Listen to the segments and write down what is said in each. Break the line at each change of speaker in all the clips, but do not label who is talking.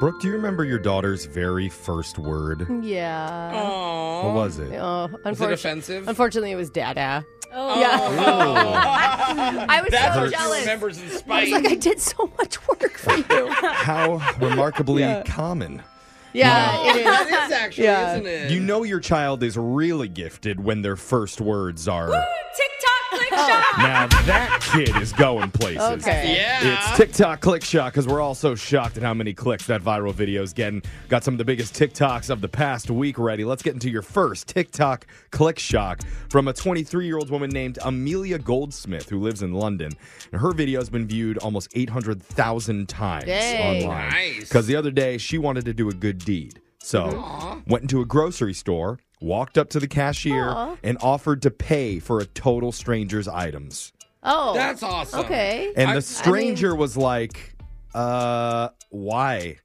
Brooke, do you remember your daughter's very first word?
Yeah.
What was it?
Oh,
Was it offensive?
Unfortunately, it was dada.
Oh,
Yeah.
no.
I was
That's
so
what she
jealous.
remembers in
I was
spite.
like, I did so much work for you.
How remarkably common.
yeah, it is.
that is actually,
Yeah.
isn't it?
You know your child is really gifted when their first words are.
TikTok click shop.
Now that kid is going places.
Okay.
Yeah.
It's TikTok click shock because we're all so shocked at how many clicks that viral video is getting. Got some of the biggest TikToks of the past week ready. Let's get into your first TikTok click shock from a 23 year old woman named Amelia Goldsmith who lives in London. And her video has been viewed almost 800,000 times
Dang.
online.
Nice.
Because the other day she wanted to do a good deed. So went into a grocery store, walked up to the cashier, and offered to pay for a total stranger's items.
Oh.
That's awesome.
okay.
And
I- I
the stranger was like, uh, why?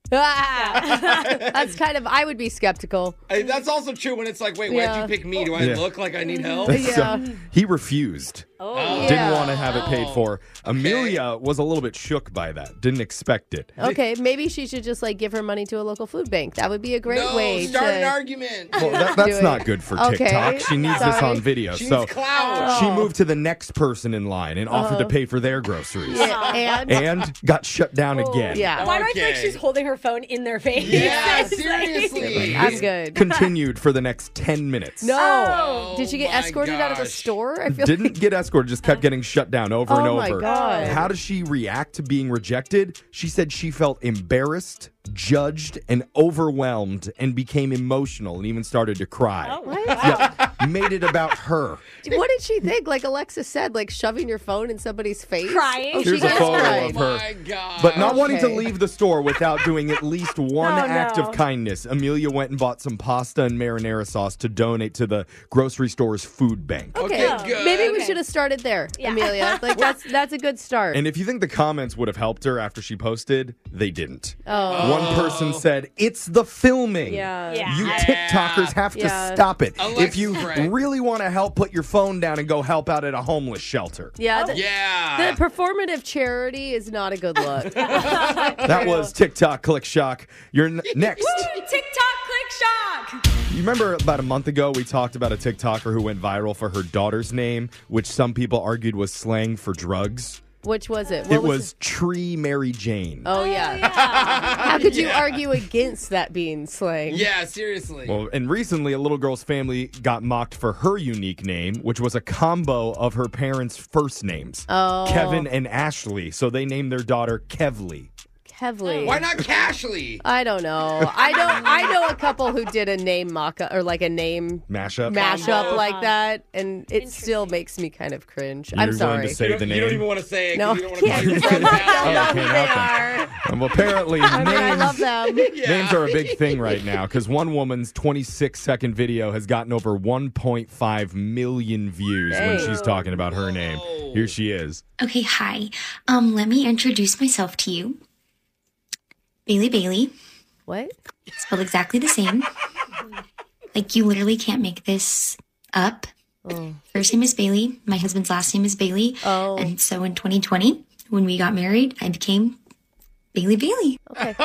Ah. That's kind of. I would be skeptical.
Hey, that's also true when it's like, wait,
Yeah. Mm-hmm.
why'd you pick me? Do I
Yeah.
look like I need help?
Yeah.
So he refused.
Oh,
Didn't want to have it paid for. Amelia was a little bit shook by that. Didn't expect it.
Okay, maybe she should just like give her money to a local food bank. That would be a great
no,
way
Oh, start
to.
an argument.
Well,
Do
that, that's
it.
not good for
Okay.
TikTok. She needs this
Sorry. Oh.
on video.
She
so
needs clout.
she moved to the next person in line and offered to pay for their groceries.
Yeah, Oh, and,
And got shut down again.
yeah,
Why do I feel like
Okay.
she's holding her phone in their face?
Yeah,
It's like-
seriously.
I'm good.
Continued for the next 10 minutes.
No,
Oh.
did she
Oh
get
my
escorted out of the
gosh.
store? I feel
Didn't get escorted, just kept getting shut down over and
Oh my
over.
God.
How does she react to being rejected? She said she felt embarrassed, judged, and overwhelmed and became emotional and even started to cry.
Oh, What?
Yep. Made it about her.
What did she think? Like Alexa said, like shoving your phone in somebody's face,
Crying.
Oh,
Here's
she
Here's a
is
photo
crying.
of her.
My God.
But not wanting to
Okay. Oh,
leave the store without doing at least one
No,
act
no.
of kindness, Amelia went and bought some pasta and marinara sauce to donate to the grocery store's food bank.
Okay,
Okay,
good.
maybe we
Okay.
should have started there, Amelia. Like that's that's a good start.
And if you think the comments would have helped her after she posted, they didn't.
oh,
One person said, It's the filming.
yeah.
Yeah.
You
Yeah.
TikTokers have
Yeah.
to stop it.
Alexa,
if you
right.
really want to help, put your phone down and go help out at a homeless shelter.
Yeah, th-
Yeah.
The performative charity is not a good look.
That was TikTok click shock. You're n- next.
TikTok click shock.
You remember about a month ago we talked about a TikToker who went viral for her daughter's name, which some people argued was slang for drugs.
Which was it? What
it was, Tree Mary Jane.
Oh yeah.
Uh,
How could you argue against that being slang?
Yeah, seriously.
Well, and recently, a little girl's family got mocked for her unique name, which was a combo of her parents' first names,
Oh.
Kevin and Ashley. So they named their daughter Kevly.
Kevly.
Why not Cashley?
I don't know. I don't. I know a couple who did a name mock or like a name
Mashup.
mashup like that, and it still makes me kind of cringe. I'm
You're
sorry.
willing to say
You don't-
the
you
name?
don't even wanna say it 'cause
No,
you don't
I
wanna call your
can't.
friends out.
I don't know who
Okay,
they
okay.
are.
Um, apparently,
I mean, I
names-
love them.
Names are a big thing right now because one woman's 26 second video has gotten over 1.5 million views when
Dang.
she's talking about her name. Here she is.
Okay, hi. Um, let me introduce myself to you. Bailey Bailey,
What?
spelled exactly the same. like you literally can't make this up.
Oh.
First name is Bailey. My husband's last name is Bailey.
Oh.
And so in 2020, when we got married, I became Bailey Bailey.
Okay.
okay.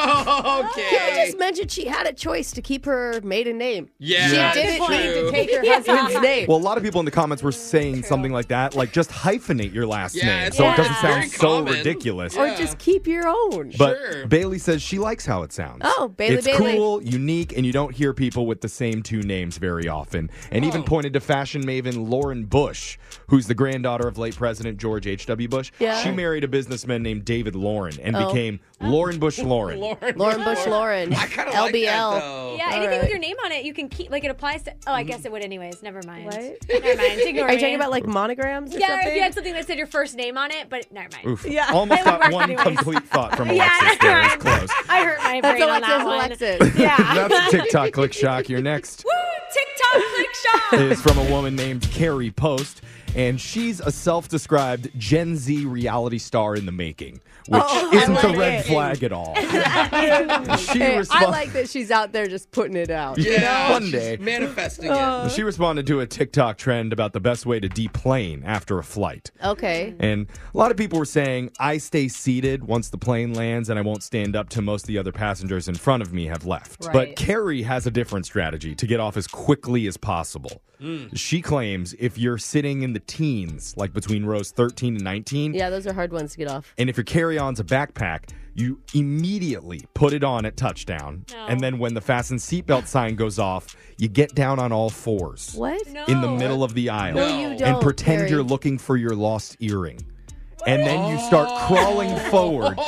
Can we just mention she had a choice to keep her maiden name?
Yeah,
she
that's
didn't need
true.
to take her
Yeah.
uh-huh.
husband's name.
Well, a lot of people in the comments were saying something like that, like just hyphenate your last
Yeah,
name
it's
so it
all-
doesn't
it's
sound
very
so
common.
ridiculous.
Or just keep your own.
But Bailey says she likes how it sounds.
Oh, Bailey,
It's
Bailey.
cool, unique, and you don't hear people with the same two names very often. And even
Oh.
pointed to fashion maven Lauren Bush, who's the granddaughter of late President George H.W. Bush.
Yeah.
She married a businessman named David Lauren and
Oh.
became Lauren Bush Lauren.
Lauren,
Lauren Bush Lauren.
I kind of like that,
LBL.
though.
Yeah,
All
anything
right.
with your name on it, you can keep. Like it applies to. Oh, I guess it would anyways. Never mind.
What?
Never mind. Ignore
Are you
me.
talking about like monograms or
Yeah, or
something?
if you had something that said your first name on it, but never mind.
Oof.
Yeah.
Almost
That would
got
work
one
anyways.
complete thought from
Yeah,
Alexis there. It was close.
I hurt my
That's
brain on
Alexis.
that one.
Alexis.
Yeah.
That's TikTok click shock. You're next.
Woo! TikTok click shock.
is from a woman named Carrie Post, and she's a self-described Gen Z reality star in the making, which
Oh, I
isn't
like
a red
it.
flag at all. she
Hey,
respon-
I like that she's out there just putting it out.
Yeah,
One
she's
day.
manifesting
She responded to a TikTok trend about the best way to deplane after a flight.
Okay.
And a lot of people were saying, I stay seated once the plane lands and I won't stand up till most of the other passengers in front of me have left. But
Right.
Carrie has a different strategy to get off as quickly as possible. She claims if you're sitting in the teens, like between rows 13 and 19,
Yeah, those are hard ones to get off.
and if your carry on's a backpack, you immediately put it on at touchdown.
No.
And then when the fasten seatbelt sign goes off, you get down on all fours
What?
No.
in the middle of the aisle
No, you don't.
and pretend
Carrie.
you're looking for your lost earring. And then
Oh.
you start crawling forward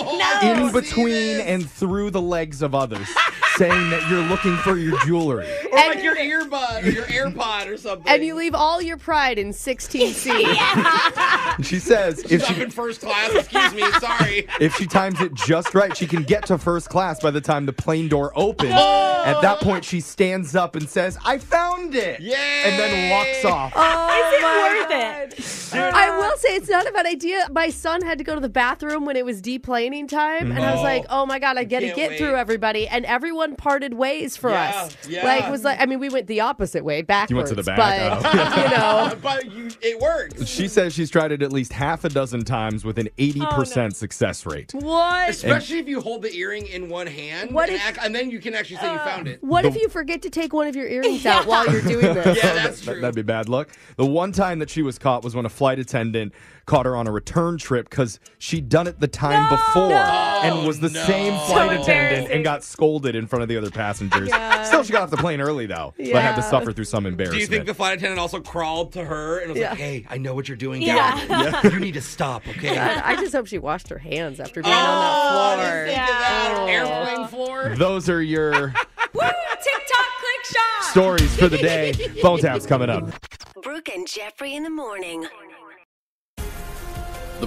in between and through the legs of others, saying that you're looking for your jewelry.
Or like your earbud or your AirPod or something.
And you leave all your pride in 16C.
And She says if
Stop
she
in first class. Excuse me. Sorry.
if she times it just right, she can get to first class by the time the plane door opens. At that point, she stands up and says, "I found it!"
Yay!
and then walks off.
Oh,
Is it worth it?
I will say it's not a bad idea. My son had to go to the bathroom when it was deplaning time, and I was
Oh.
like, "Oh my god, I got to
Can't
get
wait.
through everybody." And everyone parted ways for
Yeah,
us.
yeah.
Like was like, I mean, we went the opposite way backwards.
You went to the back?
but
Oh.
you know,
But you, it works.
She says she's tried it at least half a dozen times with an 80%
Oh,
success rate.
what?
Especially if you hold the earring in one hand,
What
and,
if-
act, and then you can actually say you found
Uh,
it.
What if you forget to take one of your earrings out while you're doing this?
Yeah, that's
That-
true.
That'd be bad luck. The one time that she was caught was when a flight attendant caught her on a return trip because she'd done it the time before and was the
Oh, No.
same
So
flight attendant
embarrassing.
and got scolded in front of the other passengers. Still, she got off the plane early though, but had to
Yeah.
suffer through some
Do
embarrassment.
you think the flight attendant also crawled to her and was
Yeah.
like, "Hey, I know what you're doing.
Yeah.
down there. you need to stop, okay?"
God, I just hope she washed her hands after
oh,
being on
I
that floor.
didn't think of that.
Oh.
Airplane floor.
Those are your
Woo! TikTok click shock.
stories for the day. Phone taps coming up.
Brooke and Jeffrey in the morning.
The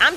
I'm